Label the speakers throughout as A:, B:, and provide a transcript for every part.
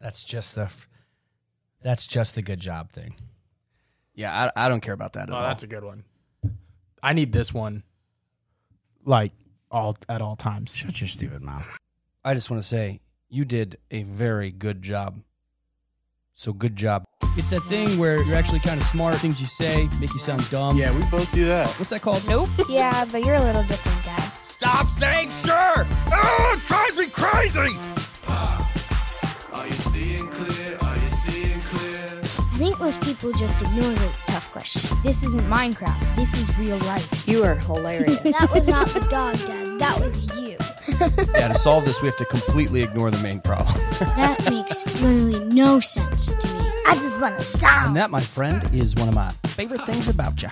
A: That's just the that's just the good job thing.
B: Yeah, I, I don't care about that at
C: Oh,
B: all.
C: that's a good one. I need this one, like all at all times.
A: Shut your stupid mouth.
B: I just want to say you did a very good job. So good job. It's that thing where you're actually kind of smart. Things you say make you sound dumb.
D: Yeah, we both do that.
B: What's that called?
E: Nope.
F: Yeah, but you're a little different, Dad.
B: Stop saying sure.
D: Oh, it drives me crazy!
F: I think most people just ignore the tough question. This isn't Minecraft. This is real life.
E: You are hilarious.
F: That was not the dog, Dad. That was you.
B: Yeah, to solve this, we have to completely ignore the main problem.
F: That makes literally no sense to me. I just want to
B: And
F: die.
B: that, my friend, is one of my favorite things about you.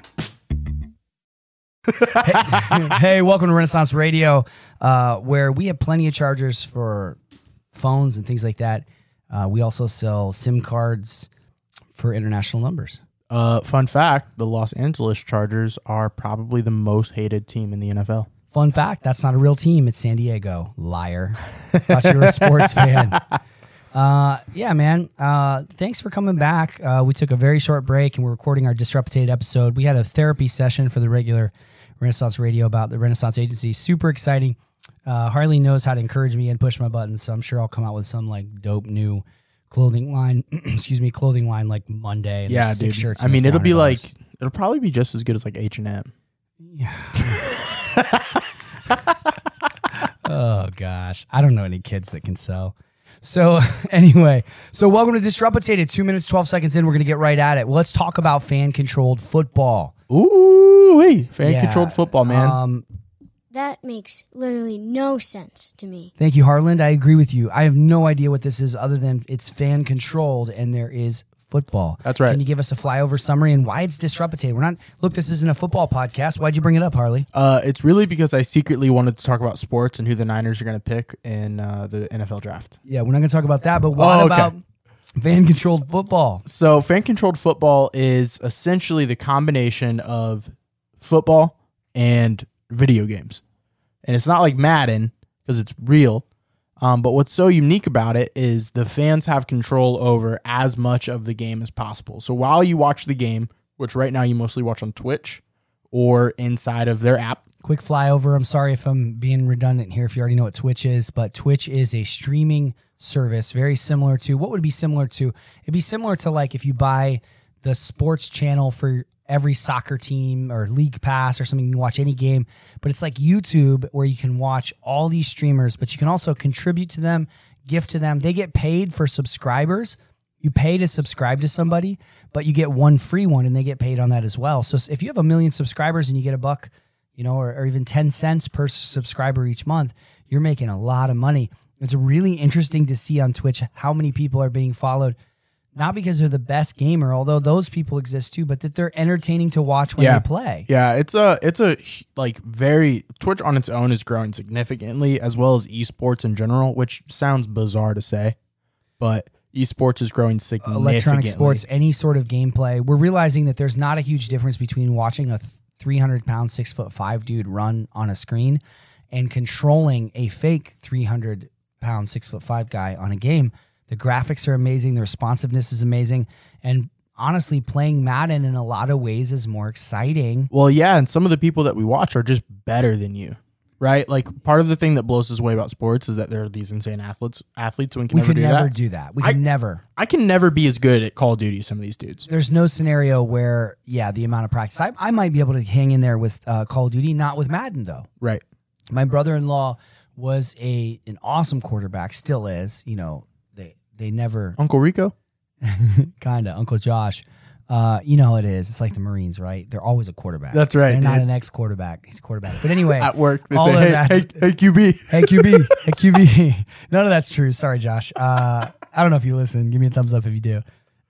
A: hey, welcome to Renaissance Radio, uh, where we have plenty of chargers for phones and things like that. Uh, we also sell SIM cards for international numbers.
C: Uh, fun fact: the Los Angeles Chargers are probably the most hated team in the NFL.
A: Fun fact: that's not a real team. It's San Diego. Liar. Thought you were a sports fan. Uh, yeah, man. Uh, thanks for coming back. Uh, we took a very short break and we're recording our disrupted episode. We had a therapy session for the regular Renaissance Radio about the Renaissance Agency. Super exciting. Uh, Harley knows how to encourage me and push my buttons, so I'm sure I'll come out with some like dope new clothing line. excuse me, clothing line like Monday. And
C: yeah,
A: there's
C: dude.
A: six shirts.
C: I
A: and
C: mean, it'll be
A: $400.
C: like it'll probably be just as good as like H and M.
A: Oh gosh, I don't know any kids that can sell. So anyway, so welcome to Disruptated. Two minutes, twelve seconds in, we're gonna get right at it. Well, let's talk about fan-controlled football.
C: Ooh, hey, fan
A: Yeah.
C: controlled football, man.
A: Um,
F: That makes literally no sense to me.
A: thank you, Harland. I agree with you. I have no idea what this is other than it's fan-controlled and there is football.
C: That's right.
A: Can you give us a flyover summary and why it's Disruptated? We're not. Look, this isn't a football podcast. Why'd you bring it up, Harley?
C: Uh, it's really because I secretly wanted to talk about sports and who the Niners are going to pick in uh, the NFL draft.
A: Yeah, we're not gonna talk about that. But what
C: Oh, okay.
A: about fan-controlled football?
C: So, fan controlled football is essentially the combination of football and video games. And it's not like Madden because it's real. Um, but what's so unique about it is the fans have control over as much of the game as possible. So, while you watch the game, which right now you mostly watch on Twitch or inside of their app,
A: quick flyover. I'm sorry if I'm being redundant here if you already know what Twitch is, but Twitch is a streaming service very similar to what would be similar to it'd be similar to like if you buy the sports channel for every soccer team or league pass or something you can watch any game but it's like youtube where you can watch all these streamers but you can also contribute to them gift to them they get paid for subscribers you pay to subscribe to somebody but you get one free one and they get paid on that as well so if you have a million subscribers and you get a buck you know, or, or even 10 cents per subscriber each month, you're making a lot of money. It's really interesting to see on Twitch how many people are being followed, not because they're the best gamer, although those people exist too, but that they're entertaining to watch when
C: Yeah.
A: they play.
C: Yeah, it's a it's a h- like very Twitch on its own is growing significantly as well as esports in general, which sounds bizarre to say, but esports is growing significantly.
A: Electronic sports, any sort of gameplay, we're realizing that there's not a huge difference between watching a 300 pound, six foot five dude run on a screen and controlling a fake 300 pound, six foot five guy on a game. The graphics are amazing, the responsiveness is amazing. And honestly, playing Madden in a lot of ways is more exciting.
C: Well, yeah, and some of the people that we watch are just better than you. Right? Like part of the thing that blows us away about sports is that there are these insane athletes athletes and we can
A: We
C: never
A: could
C: do
A: never
C: that.
A: do that. We
C: I-
A: could never.
C: I can never be as good at Call of Duty as some of these dudes.
A: There's no scenario where, yeah, the amount of practice. I, I might be able to hang in there with uh, Call of Duty, not with Madden, though.
C: Right.
A: my brother-in-law was a an awesome quarterback still is you know they they never
C: Uncle Rico?
A: kinda uncle josh uh, you know how it is it's like the marines right they're always a quarterback
C: That's right,
A: they're not
C: dude.
A: an ex-quarterback he's a quarterback but anyway
C: At work, they
A: all
C: say,
A: of
C: hey,
A: that-
C: hey, hey, QB.
A: hey QB, hey QB. None of that's true. Sorry, Josh. Uh, I don't know if you listen. Give me a thumbs up if you do.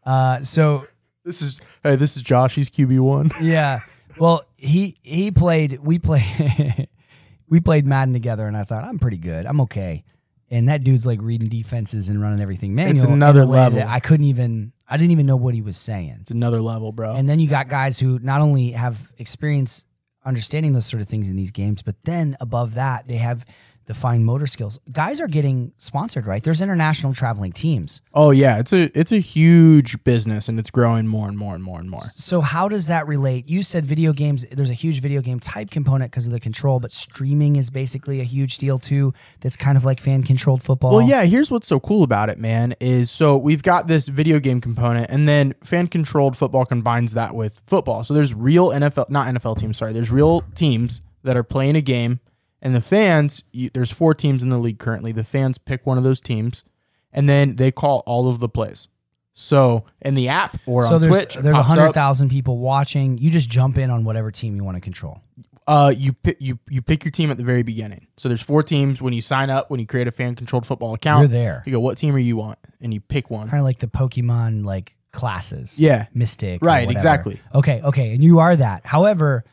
A: Uh, so
C: This is hey, this is Josh. He's QB one.
A: yeah. Well, he he played. We play. we played Madden together, and I thought I'm pretty good. I'm okay. And that dude's like reading defenses and running everything manual. in
C: another
A: a way
C: level.
A: that I couldn't even. I didn't even know what he was saying.
C: It's another level, bro.
A: And then you got guys who not only have experience understanding those sort of things in these games, but then above that, they have the fine motor skills. Guys are getting sponsored, right? There's international traveling teams.
C: Oh yeah, it's a it's a huge business and it's growing more and more and more and more.
A: So how does that relate? You said video games. There's a huge video game type component because of the control, but streaming is basically a huge deal too. That's kind of like fan controlled football.
C: Well, yeah, here's what's so cool about it, man, is so we've got this video game component and then fan controlled football combines that with football. So there's real NFL, not NFL teams, sorry, there's real teams that are playing a game and the fans, you, there's four teams in the league currently. The fans pick one of those teams and then they call all of the plays. So in the app or
A: So
C: on
A: there's
C: Twitch, it
A: there's
C: pops up.
A: hundred thousand people watching. You just jump in on whatever team you want to control.
C: Uh, you pick you you pick your team at the very beginning. So there's four teams when you sign up. When you create a fan controlled football account,
A: You're there.
C: You go, what team are you on? And you pick one.
A: Kind of like the Pokemon like classes.
C: Yeah.
A: Mystic. or
C: Right,
A: whatever.
C: exactly.
A: Okay, okay. And you are that. However,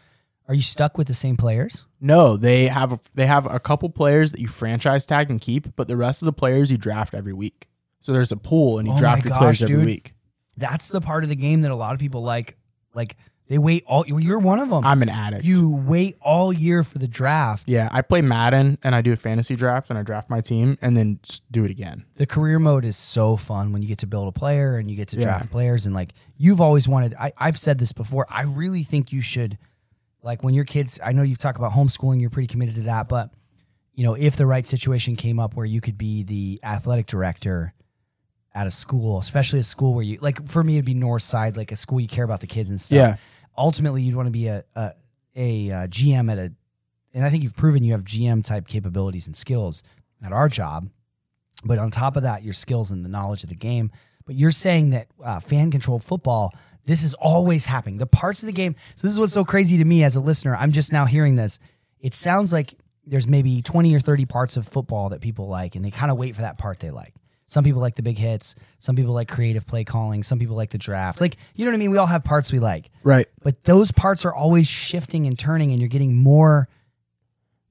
A: are you stuck with the same players?
C: No, they have a, they have a couple players that you franchise tag and keep, but the rest of the players you draft every week. So there's a pool and you
A: Oh
C: draft
A: my
C: your players
A: gosh,
C: every
A: dude.
C: week.
A: That's the part of the game that a lot of people like. Like they wait all you're one of them.
C: I'm an addict.
A: you wait all year for the draft.
C: yeah, I play Madden and I do a fantasy draft and I draft my team and then s- do it again.
A: The career mode is so fun when you get to build a player and you get to
C: Yeah.
A: draft players and like you've always wanted I, I've said this before. I really think you should like when your kids I know you've talked about homeschooling, you're pretty committed to that, but you know, if the right situation came up where you could be the athletic director at a school, especially a school where you like for me it'd be North Side, like a school you care about the kids and stuff.
C: Yeah.
A: ultimately you'd want to be a a, a, uh GM at a, and I think you've proven you have GM type capabilities and skills at our job, but on top of that, your skills and the knowledge of the game. But you're saying that uh, fan controlled football, this is always happening. The parts of the game. So this is what's so crazy to me as a listener. I'm just now hearing this. It sounds like there's maybe 20 or 30 parts of football that people like, and they kind of wait for that part they like. Some people like the big hits. Some people like creative play calling. Some people like the draft. Like, you know what I mean? We all have parts we like
C: Right.
A: but those parts are always shifting and turning and you're getting more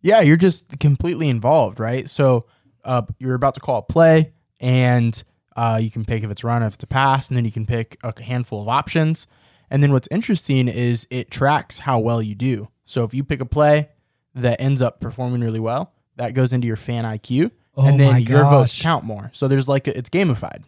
C: Yeah, you're just completely involved, right? So uh, you're about to call a play, and uh, you can pick if it's a run, if it's a pass, and then you can pick a handful of options. And then what's interesting is it tracks how well you do. So if you pick a play that ends up performing really well, that goes into your fan IQ,
A: Oh
C: and then
A: my
C: your votes
A: gosh.
C: count more. So there's like a, it's gamified.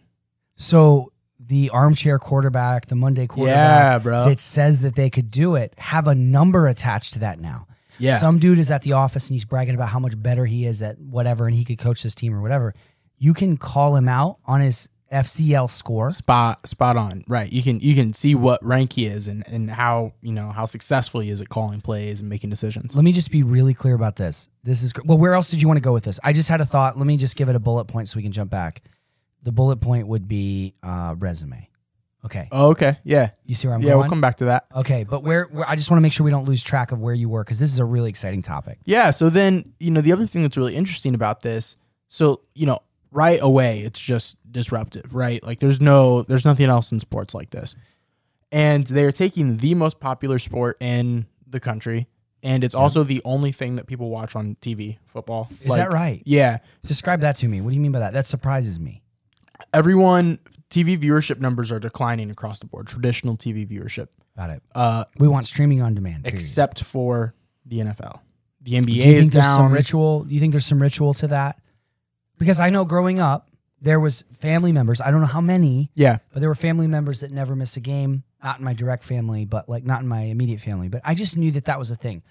A: so the armchair quarterback the monday quarterback
C: Yeah, bro.
A: that says that they could do it have a number attached to that now
C: Yeah.
A: some dude is at the office and he's bragging about how much better he is at whatever and he could coach this team or whatever you can call him out on his fcl score
C: spot spot on right you can you can see what rank he is and and how you know how successful he is at calling plays and making decisions
A: let me just be really clear about this. This is gr- well. Where else did you want to go with this? I just had a thought. Let me just give it a bullet point so we can jump back. The bullet point would be uh, resume. Okay,
C: oh, okay yeah
A: you see where I'm
C: yeah,
A: going.
C: we'll come back to that.
A: Okay, but where, where I just want to make sure we don't lose track of where you were because this is a really exciting topic.
C: Yeah, so then, you know, the other thing that's really interesting about this, so, you know, right away it's just disruptive, right? Like there's no there's nothing else in sports like this. And they're taking the most popular sport in the country and it's also the only thing that people watch on TV, football.
A: Is that right?
C: Yeah.
A: Describe that to me. What do you mean by that? That surprises me.
C: Everyone TV viewership numbers are declining across the board, traditional TV viewership,
A: Got it.
C: uh
A: We want streaming on demand. period.
C: except for the NFL. The NBA
A: do you
C: is
A: think there's some
C: down.
A: ritual? Do you think there's some ritual to that? Because I know growing up there was family members. I don't know how many
C: yeah.
A: but there were family members that never missed a game not in my direct family but like not in my immediate family but i just knew that that was a thing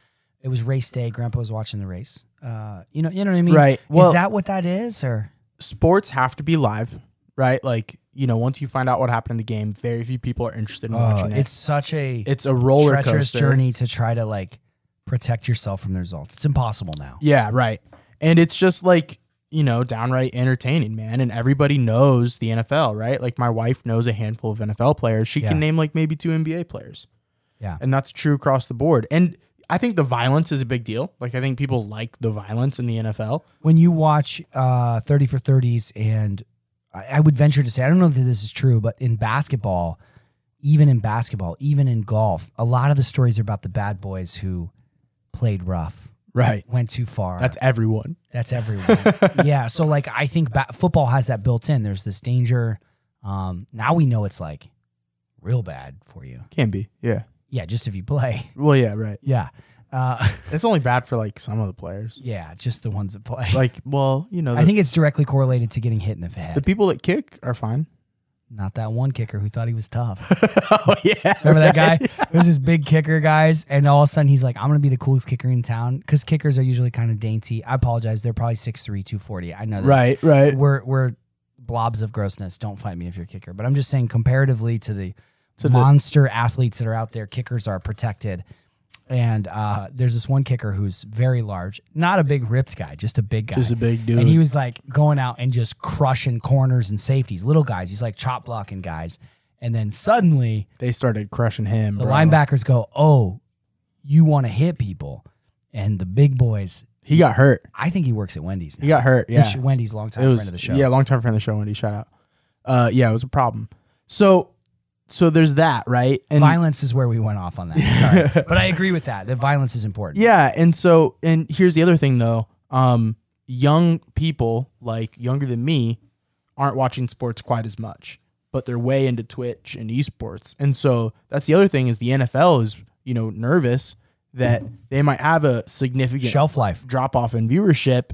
A: it was race day grandpa was watching the race uh, you know you know what i mean
C: Right. Well-
A: is that what that is or
C: sports have to be live, right? Like, you know, once you find out what happened in the game, very few people are interested in
A: uh,
C: watching it.
A: it's such a
C: it's a roller
A: treacherous
C: coaster.
A: journey to try to like protect yourself from the results it's impossible now
C: Yeah, right. And it's just like, you know, downright entertaining, man. And everybody knows the NFL, right? Like my wife knows a handful of NFL players. She
A: Yeah.
C: can name like maybe two NBA players.
A: Yeah.
C: And that's true across the board. And I think the violence is a big deal. Like I think people like the violence in the NFL.
A: when you watch uh, 30 for 30s and I, I would venture to say i don't know that this is true but in basketball even in basketball even in golf a lot of the stories are about the bad boys who played rough
C: Right.
A: went too far
C: That's everyone.
A: that's everyone yeah so like i think ba- football has that built in there's this danger um, now we know it's like real bad for you
C: Can be. Yeah.
A: yeah just if you play
C: Well, yeah, right.
A: yeah Uh,
C: It's only bad for like some of the players.
A: yeah, just the ones that play.
C: Like, well, you know, the,
A: I think it's directly correlated to getting hit in the head.
C: the people that kick are fine.
A: Not that one kicker who thought he was tough.
C: oh yeah,
A: Remember that guy? There was this big kicker, guys, and all of a sudden he's like, I'm gonna be the coolest kicker in town. Cause kickers are usually kind of dainty. I apologize, they're probably 6'3, 240. I know this.
C: Right, right.
A: We're we're blobs of grossness. Don't fight me if you're a kicker. But I'm just saying comparatively to the
C: To the-
A: monster athletes that are out there, kickers are protected. And uh, there's this one kicker who's very large, not a big ripped guy, just a big guy.
C: Just a big dude.
A: And he was like going out and just crushing corners and safeties, little guys. He's like chop blocking guys. And then suddenly
C: they started crushing him.
A: the
C: bro.
A: linebackers go, "Oh, you want to hit people," and the big boys.
C: He got hurt.
A: I think he works at Wendy's. Now.
C: He got hurt. Yeah,
A: Which- Wendy's longtime
C: it
A: friend
C: was
A: of the show.
C: yeah, long time friend of the show. Wendy, shout out. Uh, yeah, it was a problem. So, so there's that, right? And
A: violence is where we went off on that. Sorry, but I agree with that. That violence is important.
C: yeah, and so and here's the other thing though. Um, young people like younger than me aren't watching sports quite as much, but they're way into Twitch and esports, and so that's the other thing is the NFL is you know nervous that they might have a significant
A: Shelf life.
C: drop off in viewership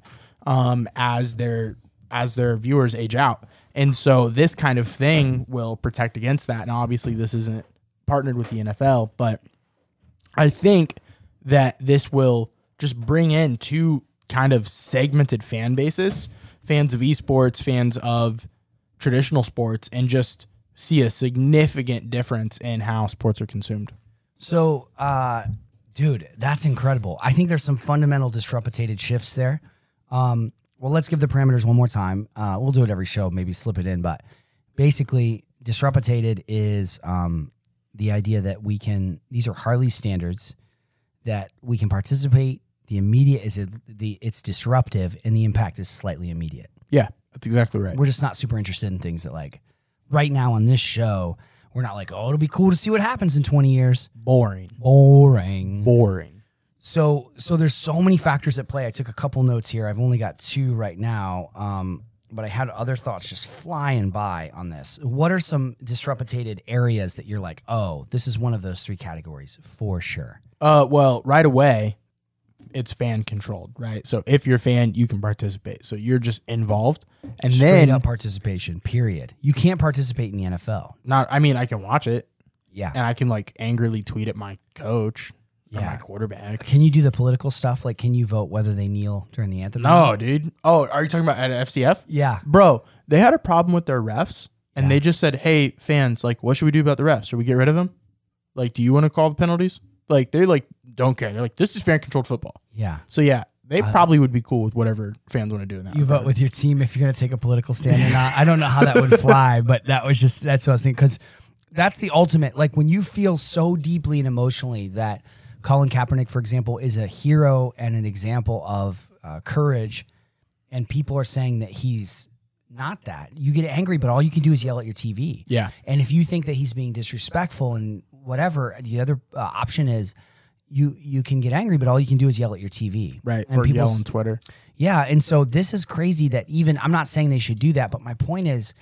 C: um, as their as their viewers age out, and so this kind of thing will protect against that. And obviously, this isn't partnered with the NFL, but I think that this will just bring in two kind of segmented fan bases, fans of esports, fans of traditional sports, and just see a significant difference in how sports are consumed.
A: So, uh, dude, that's incredible. I think there's some fundamental disruptated shifts there. Um, well, let's give the parameters one more time. Uh, we'll do it every show, maybe slip it in, but basically, disruptated is um, the idea that we can. These are Harley standards that we can participate. The immediate is the it's disruptive, and the impact is slightly immediate
C: Yeah, that's exactly right.
A: we're just not super interested in things that like right now on this show we're not like oh it'll be cool to see what happens in 20 years
C: Boring.
A: boring
C: Boring.
A: so so there's so many factors at play i took a couple notes here i've only got two right now um, but i had other thoughts just flying by on this what are some disruptated areas that you're like oh this is one of those three categories for sure
C: Uh, well, right away, it's fan controlled, right? So if you're a fan, you can participate. So you're just involved, and
A: Straight
C: then
A: up participation period you can't participate in the nfl
C: not. I mean, I can watch it,
A: yeah
C: and I can like angrily tweet at my coach or
A: Yeah.
C: my quarterback.
A: can you do the political stuff like can you vote whether they kneel during the anthem or not?
C: No, dude. Oh, are you talking about at FCF,
A: yeah
C: bro? They had a problem with their refs, and they just said, "Hey, fans, like, what should we do about the refs? Should we get rid of them? Like, do you want to call the penalties? Like, they like don't care. They're like, this is fan controlled football.
A: Yeah.
C: So yeah." They probably would be cool with whatever fans want to do in that.
A: You vote
C: regard.
A: with your team if you're going to take a political stand or not. I don't know how that would fly, but that was just, that's what I was thinking. Because that's the ultimate. Like when you feel so deeply and emotionally that Colin Kaepernick, for example, is a hero and an example of uh, courage, and people are saying that he's not that, you get angry, but all you can do is yell at your TV.
C: Yeah.
A: And if you think that he's being disrespectful and whatever, the other uh, option is. You, you can get angry, but all you can do is yell at your TV.
C: Right.
A: And
C: or yell
A: people's-
C: on Twitter.
A: Yeah, and so this is crazy that even I'm not saying they should do that, but my point is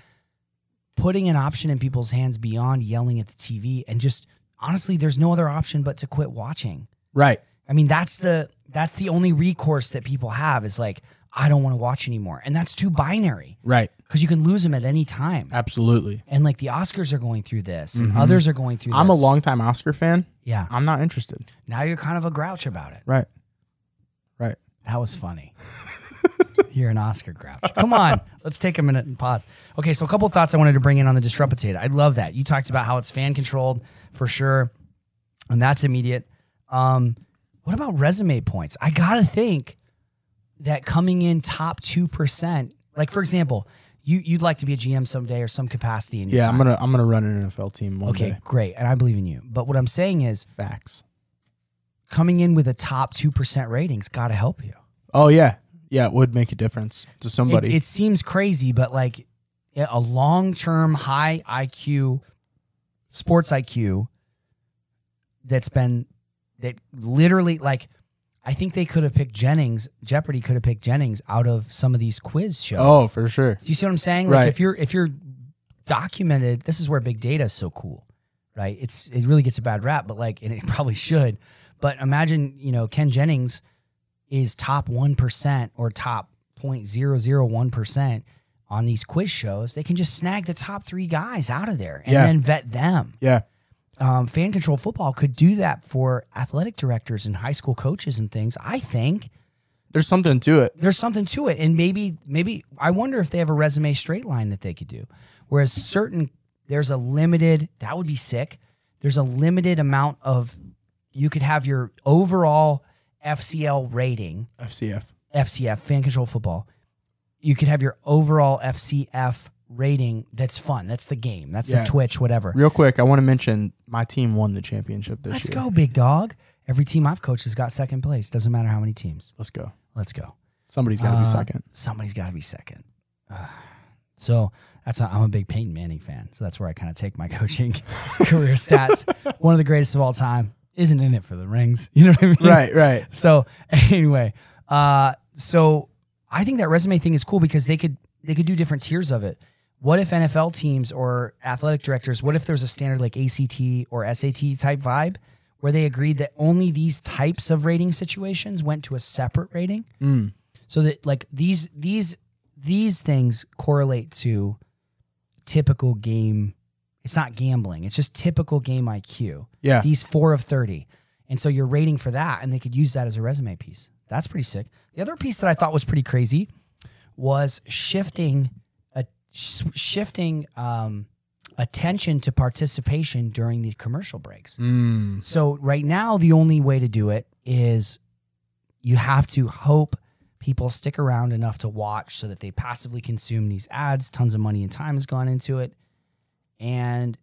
A: putting an option in people's hands beyond yelling at the TV and just honestly there's no other option but to quit watching.
C: Right.
A: I mean, that's the that's the only recourse that people have is like I don't want to watch anymore. And that's too binary
C: Right.
A: cuz you can lose them at any time.
C: Absolutely.
A: And like the Oscars are going through this, and others are going through
C: I'm a
A: this.
C: longtime Oscar fan.
A: Yeah.
C: I'm not interested.
A: Now you're kind of a grouch about it.
C: Right. Right.
A: That was funny. You're an Oscar grouch. Come on, let's take a minute and pause. Okay, so a couple thoughts I wanted to bring in on the disruptated. I love that you talked about how it's fan controlled for sure, and that's immediate. Um, what about resume points? I gotta think that coming in top two percent, like for example, you you'd like to be a GM someday or some capacity in your
C: Yeah,
A: time.
C: I'm gonna I'm gonna run an NFL team one
A: okay,
C: day.
A: great, and I believe in you. But what I'm saying is,
C: Facts.
A: coming in with a top two percent rating's gotta help you.
C: Oh yeah. Yeah, it would make a difference to
A: it,
C: somebody.
A: it seems crazy, but like a long term high IQ sports IQ that's been that literally like I think they could have picked Jennings. Jeopardy could have picked Jennings out of some of these quiz shows.
C: oh, for sure.
A: Do you see what I'm saying? Like
C: Right.
A: if you're if you're documented, this is where big data is so cool, right? It's it really gets a bad rap, but like and it probably should. But imagine, you know, Ken Jennings is top 1% or top 0.001% on these quiz shows. They can just snag the top three guys out of there and
C: Yeah.
A: then vet them.
C: Yeah.
A: Um, fan control football could do that for athletic directors and high school coaches and things. I think
C: There's something to it.
A: there's something to it and maybe maybe i wonder if they have a resume straight line that they could do whereas certain there's a limited that would be sick there's a limited amount of you could have your overall fcl rating
C: FCF.
A: fcf fan control football you could have your overall fcf rating that's fun that's the game that's
C: Yeah.
A: the twitch whatever
C: Real quick, I want to mention my team won the championship this
A: let's
C: year.
A: go big dog every team i've coached has got second place doesn't matter how many teams
C: Let's go.
A: let's go
C: Somebody's got to be
A: Uh,
C: second.
A: Somebody's got to be second. Ah. So that's i I'm a big Peyton Manning fan. So that's where I kind of take my coaching career stats. One of the greatest of all time. Isn't in it for the rings. You know what I mean?
C: Right, right.
A: So anyway, uh, so I think that resume thing is cool because they could they could do different tiers of it. What if NFL teams or athletic directors? What if there's a standard like ACT or SAT type vibe where they agreed that only these types of rating situations went to a separate rating?
C: Mm.
A: so that like these these these things correlate to typical game it's not gambling it's just typical game iq
C: Yeah.
A: these four of 30 and so you're rating for that and they could use that as a resume piece that's pretty sick the other piece that i thought was pretty crazy was shifting a sh- shifting um attention to participation during the commercial breaks
C: Mm.
A: so right now, the only way to do it is you have to hope people stick around enough to watch so that they passively consume these ads. Tons of money and time has gone into it, and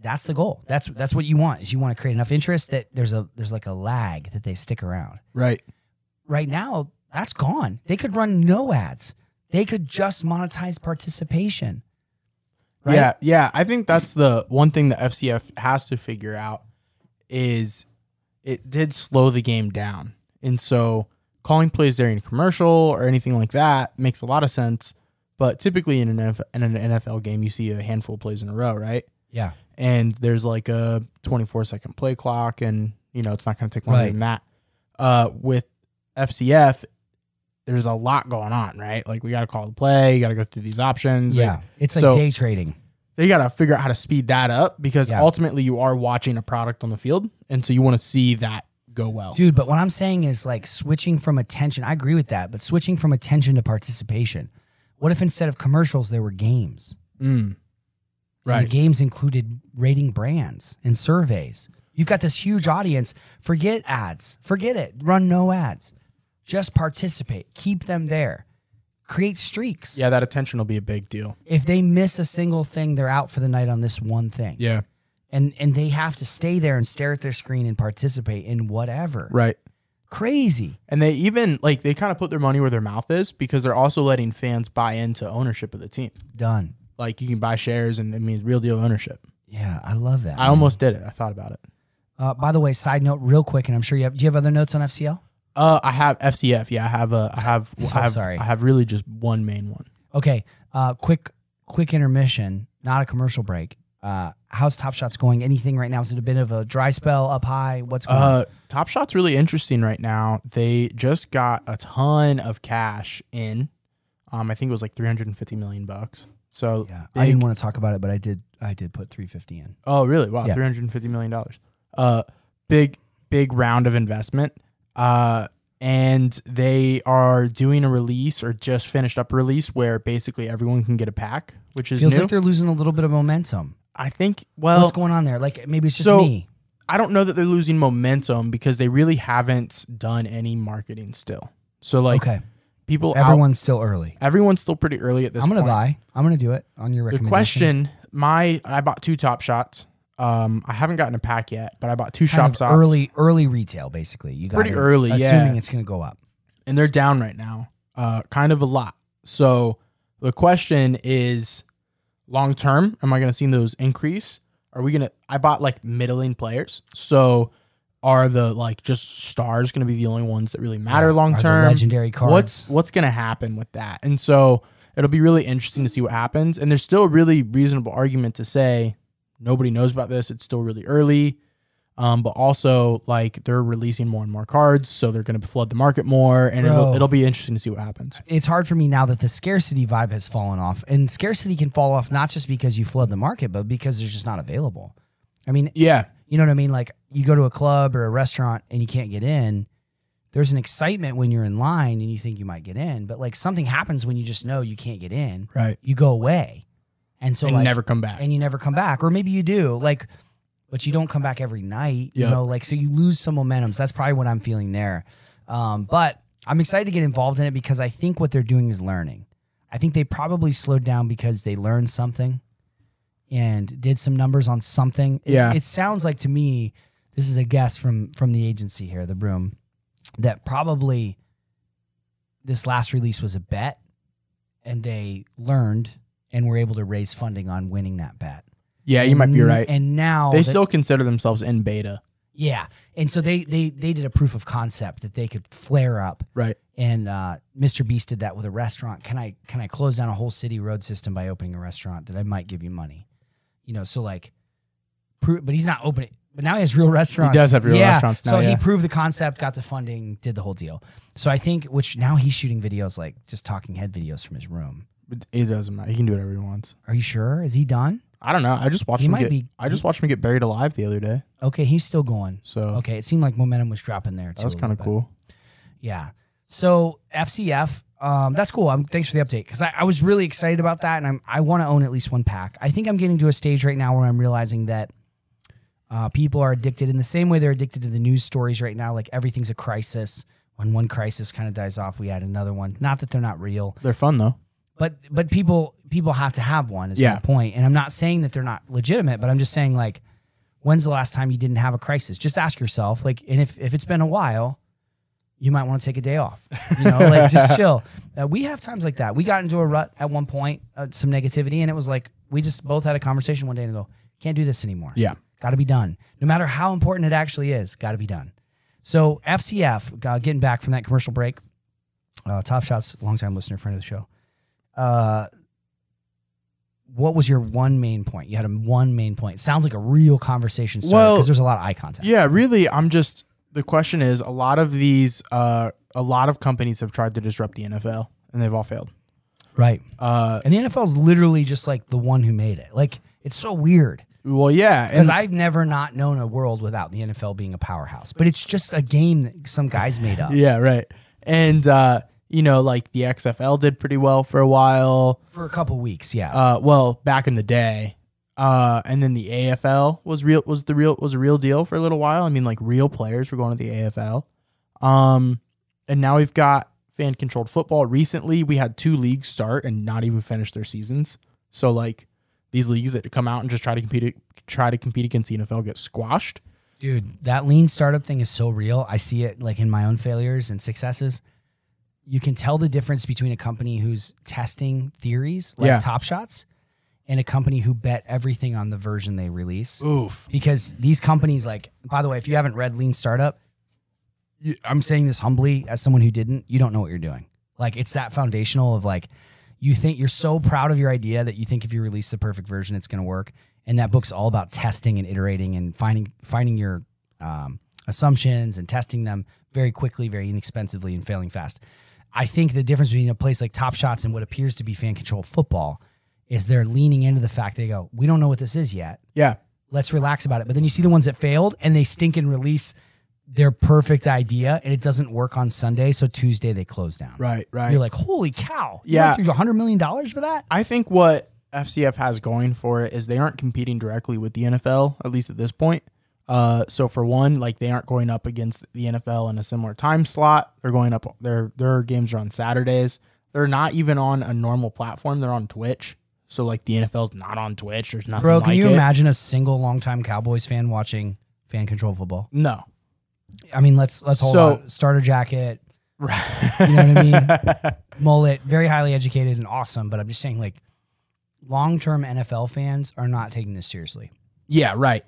A: that's the goal. That's that's what you want. Is you want to create enough interest that there's a there's like a lag that they stick around.
C: Right.
A: Right now, that's gone. They could run no ads. They could just monetize participation. Right?
C: Yeah, yeah. I think that's the one thing the FCF has to figure out is it did slow the game down. And so calling plays during a commercial or anything like that makes a lot of sense. But typically in an, NF- in an NFL game, you see a handful of plays in a row, right?
A: Yeah.
C: And there's like a 24 second play clock, and you know it's not going to take longer
A: Right.
C: than that. Uh, with FCF, there's a lot going on, right? Like we got to call the play, you got to go through these options. like,
A: Yeah. It's like
C: so-
A: day trading.
C: they got to figure out how to speed that up because
A: Yeah.
C: ultimately you are watching a product on the field and so you want to see that go well
A: Dude, but what I'm saying is like switching from attention. I agree with that, but switching from attention to participation. What if instead of commercials there were games?
C: Mm.
A: And
C: right
A: The games included rating brands and surveys. You've got this huge audience. Forget ads. Forget it. Run no ads. Just participate. Keep them there. Create streaks.
C: yeah that attention will be a big deal
A: If they miss a single thing, they're out for the night on this one thing.
C: yeah
A: And and they have to stay there and stare at their screen and participate in whatever.
C: right
A: Crazy.
C: and they even like they kind of put their money where their mouth is because they're also letting fans buy into ownership of the team
A: Done.
C: like you can buy shares and i mean real deal ownership
A: Yeah, I love that.
C: i
A: man.
C: almost did it i thought about it
A: Uh, by the way, side note, real quick, and I'm sure you have. Do you have other notes on FCL?
C: uh i have fcf yeah i have a i have
A: So
C: i have
A: sorry.
C: i have really just one main one
A: Okay, uh, quick, quick intermission, not a commercial break. Uh, how's Top Shots going? Anything right now? Is it a bit of a dry spell up high? What's going on?
C: Uh, Top Shot's really interesting right now. They just got a ton of cash in. Um, I think it was like 350 million bucks. So,
A: Yeah,
C: big-
A: I didn't want to talk about it, but I did. I did put 350 in.
C: oh, really? Wow,
A: Yeah.
C: 350 million dollars. Uh, big, big round of investment. Uh, and they are doing a release or just finished up a release where basically everyone can get a pack, which is
A: Feels
C: new.
A: like they're losing a little bit of momentum.
C: I think. Well,
A: What's going on there? Like maybe it's just
C: so-
A: me.
C: I don't know that they're losing momentum because they really haven't done any marketing still. So like
A: okay,
C: people out-
A: everyone's still early.
C: Everyone's still pretty early at this
A: I'm gonna
C: point.
A: buy. I'm gonna do it on your
C: The
A: recommendation.
C: question, my I bought two top shots. Um, I haven't gotten a pack yet, but I bought two
A: Kind
C: shop
A: of
C: shots
A: early, early retail basically. You got
C: Pretty early,
A: assuming
C: yeah.
A: it's gonna go up.
C: and they're down right now. Uh, kind of a lot. So the question is, long term, am I going to see those increase? Are we gonna? I bought like middling players, so are the like just stars going to be the only ones that really matter long
A: Are the
C: term?
A: legendary cards.
C: what's what's going to happen with that and so it'll be really interesting to see what happens and there's still a really reasonable argument to say nobody knows about this it's still really early Um, but also like they're releasing more and more cards, so they're going to flood the market more, and
A: Bro.
C: it'll, it'll be interesting to see what happens.
A: it's hard for me now that the scarcity vibe has fallen off. And scarcity can fall off not just because you flood the market, but because there's just not available. I mean,
C: Yeah,
A: you know what I mean? Like you go to a club or a restaurant and you can't get in. There's an excitement when you're in line and you think you might get in, but like something happens when you just know you can't get in.
C: right.
A: You go away. And so
C: and
A: like
C: never come back.
A: and you never come back or maybe you do like but you don't come back every night you
C: Yeah.
A: know like so you lose some momentum so that's probably what i'm feeling there um, but i'm excited to get involved in it because i think what they're doing is learning i think they probably slowed down because they learned something and did some numbers on something It-
C: Yeah.
A: it, sounds like to me this is a guess from from the agency here the broom that probably this last release was a bet and they learned and were able to raise funding on winning that bet
C: yeah, you might be
A: and-
C: right.
A: And now
C: They
A: that-
C: still consider themselves in beta,
A: yeah, and so they they they did a proof of concept that they could flare up,
C: right?
A: and uh, Mr. Beast did that with a restaurant. Can I can I close down a whole city road system by opening a restaurant that I might give you money? You know, so like, pro- but he's not opening. But now he has real restaurants.
C: does have real
A: Yeah,
C: restaurants now,
A: So he
C: yeah.
A: proved the concept, got the funding, did the whole deal. So I think, which now he's shooting videos like just talking head videos from his room.
C: But it doesn't matter. He can do whatever he wants.
A: Are you sure? Is he done?
C: I don't know. I just watched
A: He
C: him
A: might
C: get.
A: be-
C: I just watched him get buried alive the other day.
A: Okay, he's still going.
C: So
A: Okay, it seemed like momentum was dropping there. Too
C: that was
A: a
C: kind of
A: little bit.
C: cool.
A: Yeah. So FCF, um, that's cool. Um, thanks for the update because I, I was really excited about that, and I'm, I want to own at least one pack. I think I'm getting to a stage right now where I'm realizing that uh, people are addicted in the same way they're addicted to the news stories right now. Like everything's a crisis. When one crisis kind of dies off, we add another one. Not that they're not real,
C: They're fun though.
A: but but people people have to have one is
C: Yeah.
A: my point. And I'm not saying that they're not legitimate, but I'm just saying like, when's the last time you didn't have a crisis? Just ask yourself like, and if if it's been a while, you might want to take a day off. You know, like just chill. Uh, we have times like that. We got into a rut at one point, uh, some negativity, and it was like we just both had a conversation one day and go, can't do this anymore.
C: Yeah.
A: Got to be done. No matter how important it actually is, got to be done. So, FCF, uh, getting back from that commercial break, uh, Top Shots, longtime listener, friend of the show. Uh, what was your one main point? You had a one main point. Sounds like a real conversation starter because
C: Well,
A: there's a lot of eye contact.
C: Yeah, really. I'm just the question is a lot of these, uh, a lot of companies have tried to disrupt the NFL and they've all failed.
A: Right.
C: Uh,
A: And the NFL is literally just like the one who made it. Like, it's so weird
C: well, yeah,
A: because
C: and
A: I've never not known a world without the NFL being a powerhouse. But it's just a game that some guys made up.
C: yeah, right, and uh, you know, like the XFL did pretty well for a while.
A: For a couple weeks, yeah.
C: Uh, well, back in the day, uh, and then the AFL was real was the real was a real deal for a little while. I mean, like real players were going to the AFL. Um, and now we've got fan controlled football. Recently, we had two leagues start and not even finish their seasons. So like these leagues that come out and just try to compete try to compete against the NFL get squashed.
A: Dude, that lean startup thing is so real. I see it like in my own failures and successes. You can tell the difference between a company who's testing theories like
C: Yeah.
A: Top Shots and a company who bet everything on the version they release.
C: Oof.
A: Because these companies, like, by the way, if you haven't read Lean Startup, you, I'm saying this humbly as someone who didn't, you don't know what you're doing. Like, it's that foundational of like, you think you're so proud of your idea that you think if you release the perfect version, it's going to work. And that book's all about testing and iterating and finding finding your um, assumptions and testing them very quickly, very inexpensively, and failing fast. I think the difference between a place like Top Shots and what appears to be fan control football is they're leaning into the fact they go, we don't know what this is yet
C: Yeah.
A: let's relax about it. But then you see the ones that failed and they stink and release their perfect idea and it doesn't work on Sunday. So Tuesday they close down.
C: Right. Right.
A: You're like, holy cow. You
C: Yeah.
A: went through $100 million for that?
C: I think what FCF has going for it is they aren't competing directly with the NFL, at least at this point. Uh, so for one, like they aren't going up against the NFL in a similar time slot. They're going up their their games are on Saturdays. They're not even on a normal platform. They're on Twitch. So like the NFL's not on Twitch. There's nothing.
A: Bro, can
C: like
A: you
C: it.
A: imagine a single longtime Cowboys fan watching fan control football?
C: No.
A: I mean, let's let's hold
C: So-
A: on. Starter jacket,
C: Right.
A: you know what I mean? mullet, very highly educated and awesome. But I'm just saying, like, long term NFL fans are not taking this seriously.
C: Yeah, right.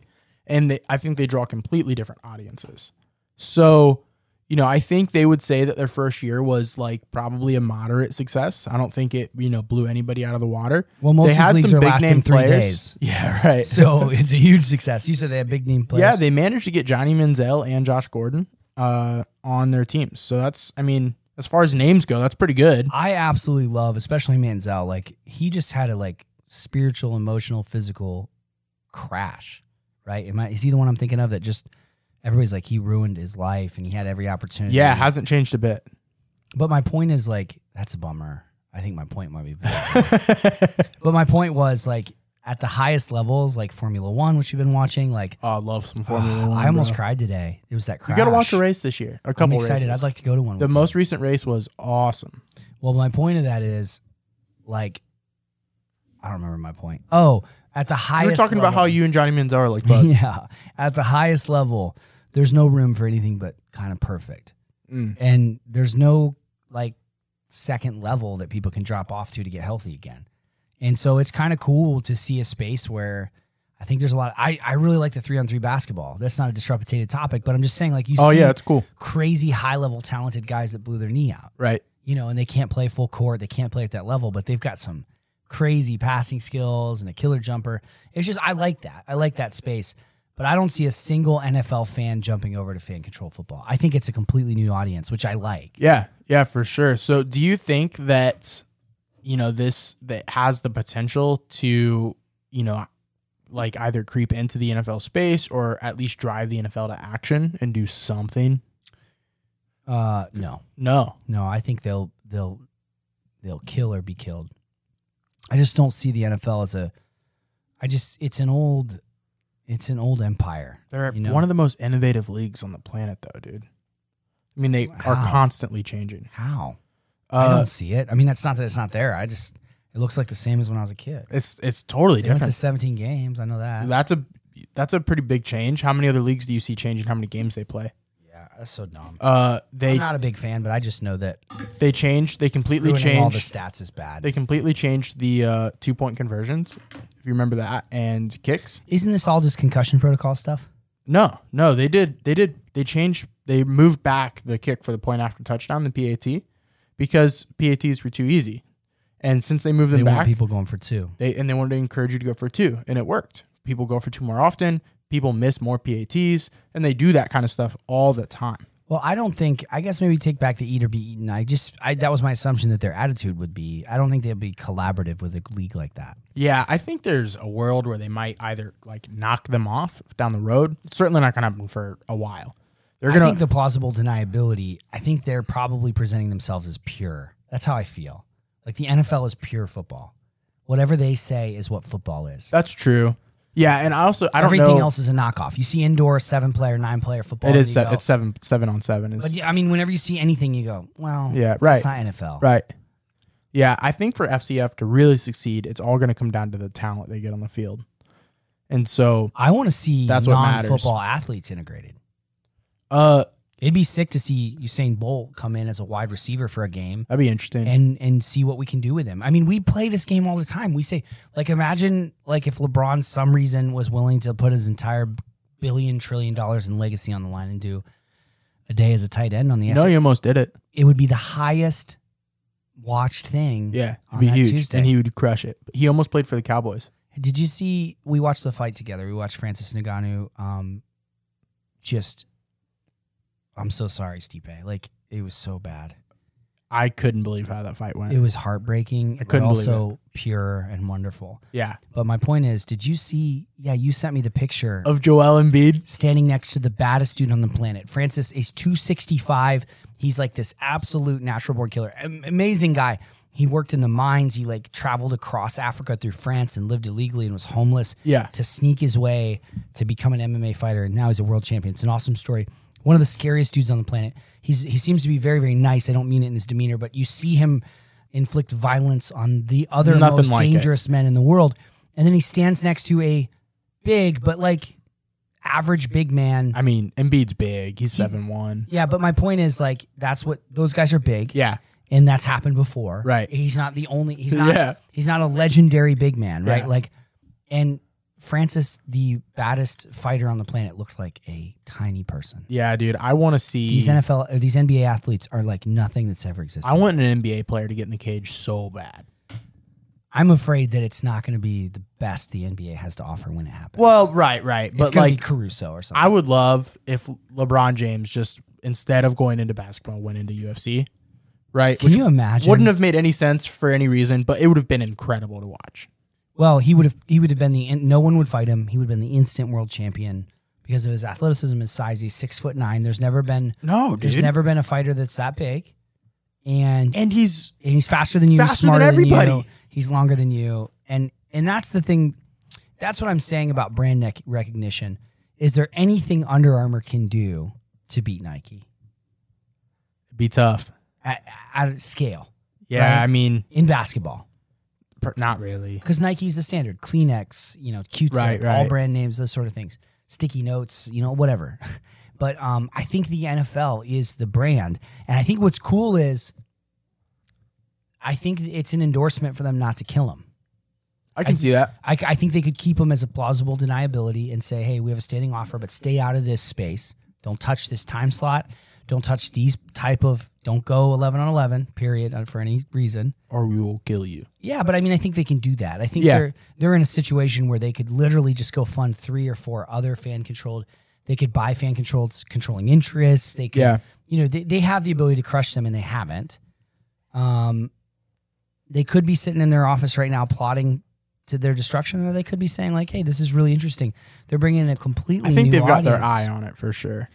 C: And they, I think they draw completely different audiences. So you know, I think they would say that their first year was like probably a moderate success. I don't think it, you know, blew anybody out of the water.
A: Well, most
C: they
A: of these
C: had
A: leagues
C: some
A: are
C: big
A: lasting
C: name
A: three
C: players.
A: days.
C: Yeah, right.
A: So it's a huge success. You said they have big name players.
C: yeah, they managed to get Johnny Manziel and Josh Gordon uh, on their teams. So that's, I mean, as far as names go, that's pretty good.
A: I absolutely love, especially Manziel. Like he just had a like spiritual, emotional, physical crash. Right? Am I, is he the one I'm thinking of that just everybody's like he ruined his life and he had every opportunity.
C: Yeah, hasn't changed a bit.
A: but my point is like that's a bummer. I think my point might be. but my point was like at the highest levels, like Formula One, which you've been watching. Like
C: Oh, I love some Formula One.
A: I almost
C: bro.
A: cried today. It was that
C: You
A: crash.
C: got to watch a race this year. A
A: I'm
C: couple
A: excited.
C: races.
A: I'd like to go to one.
C: the
A: with you.
C: most recent race was awesome.
A: Well, my point of that is, like, I don't remember my point. Oh, at the highest.
C: You were talking about
A: level-
C: how you and Johnny Manziel are like buds.
A: yeah, at the highest level, there's no room for anything but kind of perfect,
C: Mm.
A: and there's no like second level that people can drop off to to get healthy again. And so it's kind of cool to see a space where I think there's a lot. I I really like the three on three basketball. That's not a disrupted topic, but I'm just saying like you.
C: Oh
A: see
C: yeah, it's cool.
A: crazy high level talented guys that blew their knee out
C: Right.
A: you know, and they can't play full court. They can't play at that level, but they've got some crazy passing skills and a killer jumper. It's just, I like that. I like that space. But I don't see a single NFL fan jumping over to fan control football. I think it's a completely new audience, which I like.
C: Yeah, yeah, for sure. So, do you think that you know this that has the potential to you know like either creep into the NFL space or at least drive the NFL to action and do something?
A: Uh, no,
C: No.
A: no, I think they'll they'll they'll kill or be killed. I just don't see the NFL as a. I just it's an old, it's an old empire.
C: They're
A: you know?
C: one of the most innovative leagues on the planet though, dude. I mean, they
A: Wow.
C: are constantly changing.
A: how I
C: Uh,
A: don't see it. I mean, that's not that it's not there. I just it looks like the same as when I was a kid.
C: it's it's totally
A: They went to
C: different.
A: 17 games. I know that.
C: That's a that's a pretty big change. How many other leagues do you see changing how many games they play?
A: Yeah, that's so dumb.
C: Uh, they
A: I'm not a big fan, but I just know that
C: they changed. They completely
A: ruining all the
C: changed.
A: stats is bad.
C: They completely changed the uh, two point conversions, if you remember that, and kicks.
A: Isn't this all just concussion protocol stuff?
C: No, no, they did. They did. They changed. They moved back the kick for the point after touchdown, the PAT, because PATs were too easy. And since they moved them
A: They want
C: back,
A: people going for two.
C: they and they wanted to encourage you to go for two, and it worked. People go for two more often. People miss more PATs, and they do that kind of stuff all the time.
A: Well, I don't think. I guess maybe take back the eat or be eaten. I just I, that was my assumption that their attitude would be. I don't think they'd be collaborative with a league like that.
C: Yeah, I think there's a world where they might either like knock them off down the road. It's certainly not going to happen for a while. They're
A: I
C: going
A: think the plausible deniability. I think they're probably presenting themselves as pure. That's how I feel. Like the NFL is pure football. Whatever they say is what football is.
C: That's true. Yeah, and I also I don't
A: Everything
C: know.
A: else is a knockoff. You see indoor seven player, nine player football.
C: it
A: and
C: is
A: you
C: se-
A: go,
C: it's seven seven on seven is
A: But yeah, I mean, whenever you see anything, you go, "Well,
C: Yeah,
A: It's
C: right,
A: not NFL,
C: right. Yeah, I think for FCF to really succeed, it's all going to come down to the talent they get on the field, and so
A: I want to see
C: That's what matters.
A: non-football athletes integrated.
C: uh
A: It'd be sick to see Usain Bolt come in as a wide receiver for a game
C: that'd be interesting.
A: and and see what we can do with him. I mean, we play this game all the time. We say, like, imagine like if LeBron some reason was willing to put his entire billion trillion dollars in legacy on the line and do a day as a tight end on the
C: no,
A: SEC,
C: you almost did it.
A: it would be the highest watched thing.
C: Yeah,
A: on
C: it'd be
A: that
C: huge,
A: Tuesday.
C: and he would crush it. He almost played for the Cowboys.
A: Did you see? We watched the fight together. We watched Francis Ngannou. Um, just, I'm so sorry, Stipe. Like it was so bad.
C: I couldn't believe how that fight went.
A: It was heartbreaking, but
C: couldn't believe
A: also pure and wonderful.
C: yeah,
A: But my point is, did you see? Yeah, you sent me the picture
C: of Joel Embiid.
A: standing next to the baddest dude on the planet. Francis is 265. He's like this absolute natural born killer. Am- amazing guy. He worked in the mines. He like traveled across Africa through France and lived illegally and was homeless
C: Yeah.
A: to sneak his way to become an MMA fighter. And now he's a world champion. It's an awesome story. One of the scariest dudes on the planet. He's he seems to be very very nice. I don't mean it in his demeanor, but you see him inflict violence on the other
C: Nothing
A: most
C: like it.
A: dangerous men in the world. And then he stands next to a big but like average big man.
C: I mean, Embiid's big. He's seven one.
A: yeah, but my point is like that's what those guys are big.
C: Yeah,
A: And that's happened before.
C: Right.
A: He's not the only he's not
C: Yeah.
A: he's not a legendary big man, right?
C: Yeah.
A: Like and Francis, the baddest fighter on the planet, looks like a tiny person.
C: Yeah, dude. I want to see.
A: These NFL, or these NBA athletes are like nothing that's ever existed.
C: I want an NBA player to get in the cage so bad.
A: I'm afraid that it's not going to be the best the NBA has to offer when it happens.
C: Well, right, right.
A: it's
C: But
A: going to
C: like,
A: be Caruso or something.
C: I would love if LeBron James just instead of going into basketball went into UFC, right?
A: Can you imagine?
C: Wouldn't have made any sense for any reason, but it would have been incredible to watch.
A: Well, he would have. He would have been the. in- No one would fight him. He would have been the instant world champion because of his athleticism, his size. He's six foot nine. There's never been.
C: No,
A: There's never been a fighter that's that big, and and
C: and he's
A: he's faster than you.
C: Faster than
A: smarter you.
C: everybody.
A: He's longer than you, and and that's the thing. That's what I'm saying about brand nec- recognition. Is there anything Under Armour can do to beat Nike
C: be tough.
A: at, at scale
C: Yeah,
A: Right.
C: I mean,
A: in basketball?
C: per- not really.
A: because Nike's the standard. Kleenex, you know, cute,
C: Right,
A: all
C: right.
A: brand names, those sort of things. Sticky notes, you know, whatever. But um, I think the NFL is the brand, and I think what's cool is, I think it's an endorsement for them not to kill him.
C: I can see that.
A: I, I think they could keep him as a plausible deniability and say, hey, we have a standing offer, but stay out of this space. Don't touch this time slot. Don't touch these type of. Don't go eleven on eleven. Period. uh, For any reason.
C: Or we will kill you.
A: Yeah, but I mean, I think they can do that. I think
C: Yeah.
A: they're they're in a situation where they could literally just go fund three or four other fan controlled. They could buy fan controlled controlling interests. They could,
C: Yeah.
A: you know, they, they have the ability to crush them, and they haven't. Um, they could be sitting in their office right now plotting to their destruction, or they could be saying like, "Hey, this is really interesting." They're bringing in a completely.
C: I think
A: new
C: they've got their
A: audience.
C: eye on it for sure.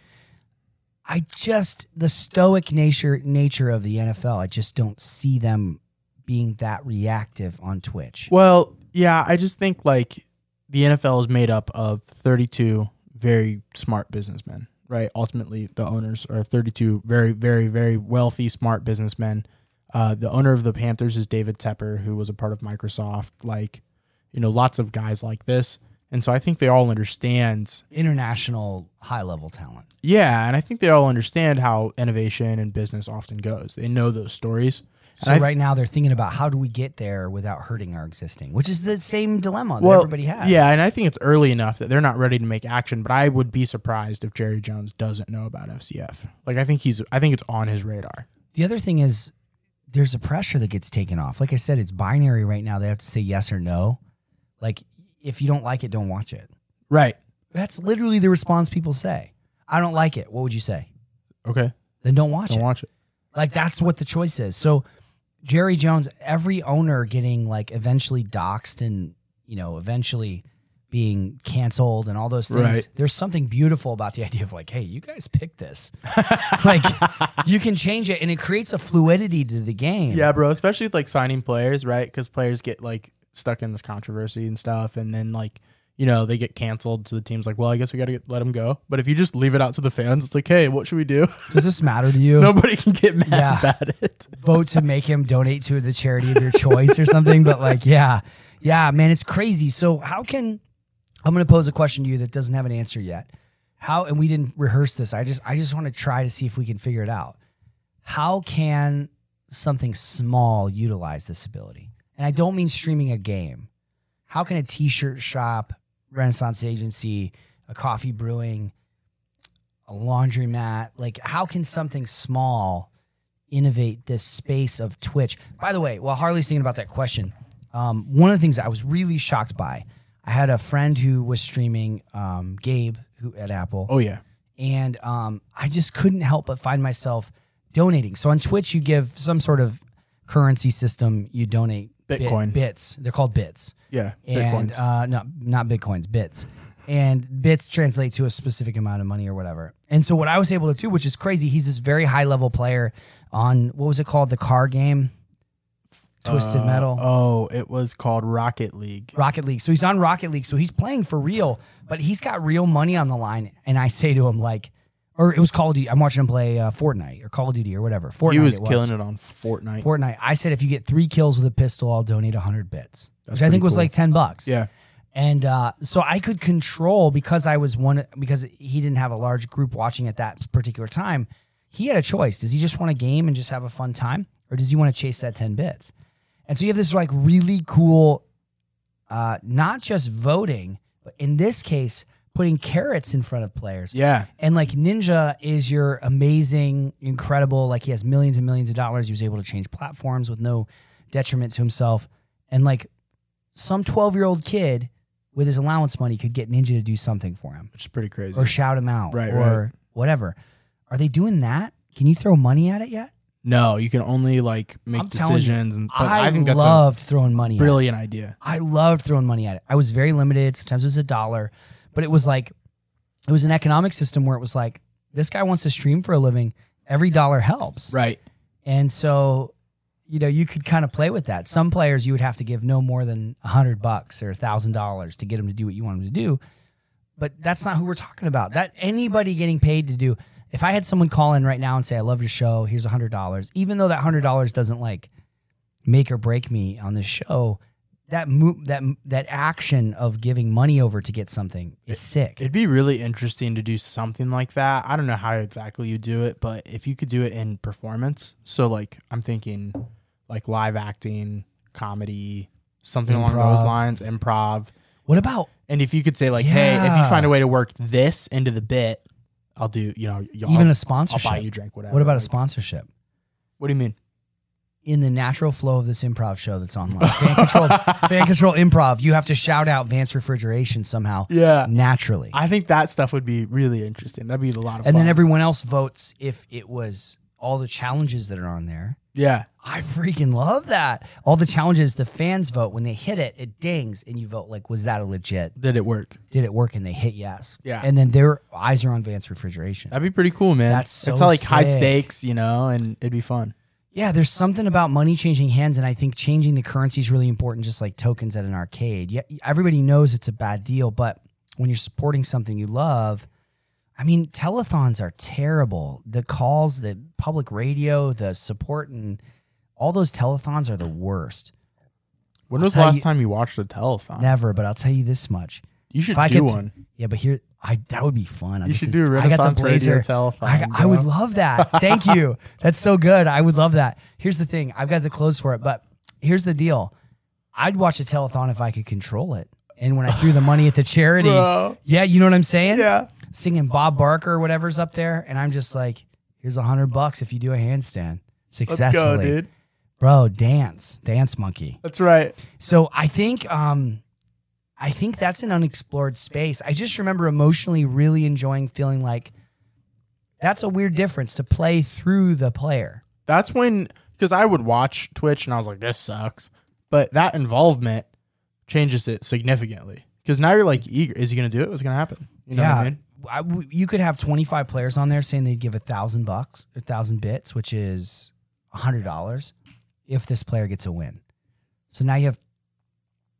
A: I just the stoic nature nature of the NFL. I just don't see them being that reactive on Twitch.
C: Well, yeah, I just think like the NFL is made up of 32 very smart businessmen, right? Ultimately, the owners are 32 very, very, very wealthy, smart businessmen. Uh, the owner of the Panthers is David Tepper, who was a part of Microsoft. Like, you know, lots of guys like this. And so I think they all understand
A: international high level talent.
C: Yeah, and I think they all understand how innovation and business often goes. They know those stories. And
A: So
C: I-
A: right now they're thinking about how do we get there without hurting our existing, which is the same dilemma that everybody has.
C: Yeah, and I think it's early enough that they're not ready to make action. But I would be surprised if Jerry Jones doesn't know about FCF. Like I think he's, I think it's on his radar.
A: The other thing is there's a pressure that gets taken off. Like I said, it's binary right now. They have to say yes or no. Like if you don't like it, don't watch it.
C: Right.
A: That's literally the response people say. I don't like it. What would you say?
C: Okay.
A: Then don't watch
C: Don't
A: it.
C: watch it.
A: Like that's what the choice is. So Jerry Jones, every owner getting like eventually doxxed and you know eventually being canceled and all those things.
C: Right.
A: There's something beautiful about the idea of like, hey, you guys picked this. like you can change it, and it creates a fluidity to the game.
C: Yeah, bro. Especially with like signing players, right? Because players get like stuck in this controversy and stuff, and then like you know they get canceled. So the team's like, well, I guess we gotta get, let them go. But if you just leave it out to the fans, it's like, hey, what should we do?
A: Does this matter to you?
C: Nobody can get mad
A: Yeah.
C: about it.
A: vote to make him donate to the charity of their choice or something. But like, yeah, yeah, man, it's crazy. So how can I'm going to pose a question to you that doesn't have an answer yet? How and we didn't rehearse this. I just I just want to try to see if we can figure it out. How can something small utilize this ability? And I don't mean streaming a game. How can a t-shirt shop, Renaissance agency, a coffee brewing, a laundromat, like how can something small innovate this space of Twitch. By the way, while Harley's thinking about that question, um, one of the things I was really shocked by, I had a friend who was streaming um, Gabe who at Apple,
C: Oh yeah.
A: and um, I just couldn't help but find myself donating. So on Twitch, you give some sort of currency system, you donate bit-
C: Bitcoin.
A: bits. They're called bits
C: Yeah,
A: and
C: Bitcoins.
A: uh, no, not bitcoins, bits. And bits translate to a specific amount of money or whatever. And so what I was able to do, which is crazy, he's this very high level player on what was it called, the car game, Twisted
C: Uh,
A: Metal,
C: Oh, it was called Rocket League.
A: Rocket League. So he's on Rocket League, so he's playing for real, but he's got real money on the line. And I say to him like, or it was Call of Duty. I'm watching him play uh, Fortnite or Call of Duty or whatever. Fortnite
C: he was,
A: it was.
C: killing it on Fortnite.
A: Fortnite. I said if you get three kills with a pistol, I'll donate 100 bits,
C: That's
A: which I
C: pretty
A: think was
C: cool.
A: like 10 bucks.
C: yeah,
A: And uh, so I could control because I was one because he didn't have a large group watching at that particular time. He had a choice. Does he just want a game and just have a fun time, or does he want to chase that ten bits? And so you have this like really cool, uh, not just voting, But in this case, putting carrots in front of players.
C: Yeah.
A: And like Ninja is your amazing, incredible, like he has millions and millions of dollars. He was able to change platforms with no detriment to himself. And like some 12 year old kid with his allowance money could get Ninja to do something for him
C: Which is pretty crazy.
A: or shout him out
C: Right,
A: or whatever. Are they doing that? Can you throw money at it yet?
C: no, you can only like make
A: I'm telling you,
C: decisions. And, but
A: I,
C: I, think that's
A: loved throwing money
C: a
A: at it.
C: brilliant idea.
A: I loved throwing money at it. I was very limited. Sometimes it was a dollar, but it was like it was an economic system where it was like this guy wants to stream for a living. Every dollar helps,
C: Right.
A: and so you know you could kind of play with that. Some players you would have to give no more than a hundred bucks or a thousand dollars to get them to do what you want them to do, but that's not who we're talking about. That anybody getting paid to do. If I had someone call in right now and say, "I love your show. Here's a hundred dollars," even though that hundred dollars doesn't like make or break me on this show, that mo- that that action of giving money over to get something is sick.
C: It'd be really interesting to do something like that. I don't know how exactly you do it, but if you could do it in performance, so like I'm thinking like live acting, comedy, something along those
A: Improv.
C: lines, improv.
A: what about
C: And if you could say like, hey, if you
A: Yeah.
C: find a way to work this into the bit, I'll do, you know, y'all,
A: even a
C: I'll
A: sponsorship?
C: buy you a drink, whatever.
A: what about a
C: like-
A: sponsorship?
C: What do you mean?
A: In the natural flow of this improv show that's online, fan control, fan control improv, you have to shout out Vance Refrigeration somehow
C: Yeah.
A: naturally,
C: I think that stuff would be really interesting. That'd be a lot of
A: and
C: fun.
A: then everyone else votes if it was all the challenges that are on there.
C: yeah.
A: I freaking love that. All the challenges, the fans vote when they hit it, it dings, and you vote like, was that a legit?
C: Did it work?
A: did it work and they hit yes.
C: Yeah.
A: And then their eyes are on Vance refrigeration.
C: That'd be pretty cool, man.
A: That's so
C: it's all like high
A: sick.
C: stakes, you know, and it'd be fun.
A: yeah, there's something about money changing hands, and I think changing the currency is really important, just like tokens at an arcade. Yeah, everybody knows it's a bad deal, but when you're supporting something you love, I mean, telethons are terrible. The calls, the public radio, the support, and all those telethons are the worst.
C: When
A: I'll
C: was the
A: tell
C: last
A: you-
C: time you watched a telethon?
A: Never, but I'll tell you this much:
C: you should
A: if I
C: do
A: could-
C: one.
A: Yeah, but here, I that would be fun. I
C: You
A: get
C: should
A: this-
C: do a
A: I got
C: Renaissance
A: the
C: radio
A: blazer.
C: telethon.
A: I, I would
C: bro.
A: love that. Thank you. That's so good. I would love that. Here's the thing I've got the clothes for it, but here's the deal I'd watch a telethon if I could control it. And when I threw the money at the charity,
C: Bro.
A: yeah, you know what I'm saying?
C: Yeah.
A: Singing Bob Barker or whatever's up there. And I'm just like, here's a hundred bucks if you do a handstand successfully.
C: Let's go, dude.
A: Bro, dance, dance monkey.
C: That's right.
A: So I think um I think that's an unexplored space. I just remember emotionally really enjoying feeling like that's a weird difference to play through the player.
C: That's when because I would watch Twitch and I was like, this sucks. But that involvement changes it significantly. Because now you're like eager. Is he gonna do it? What's gonna happen? You know what I mean?
A: I w- you could have 25 players on there saying they'd give a thousand bucks, a thousand bits, which is a hundred dollars if this player gets a win. So now you have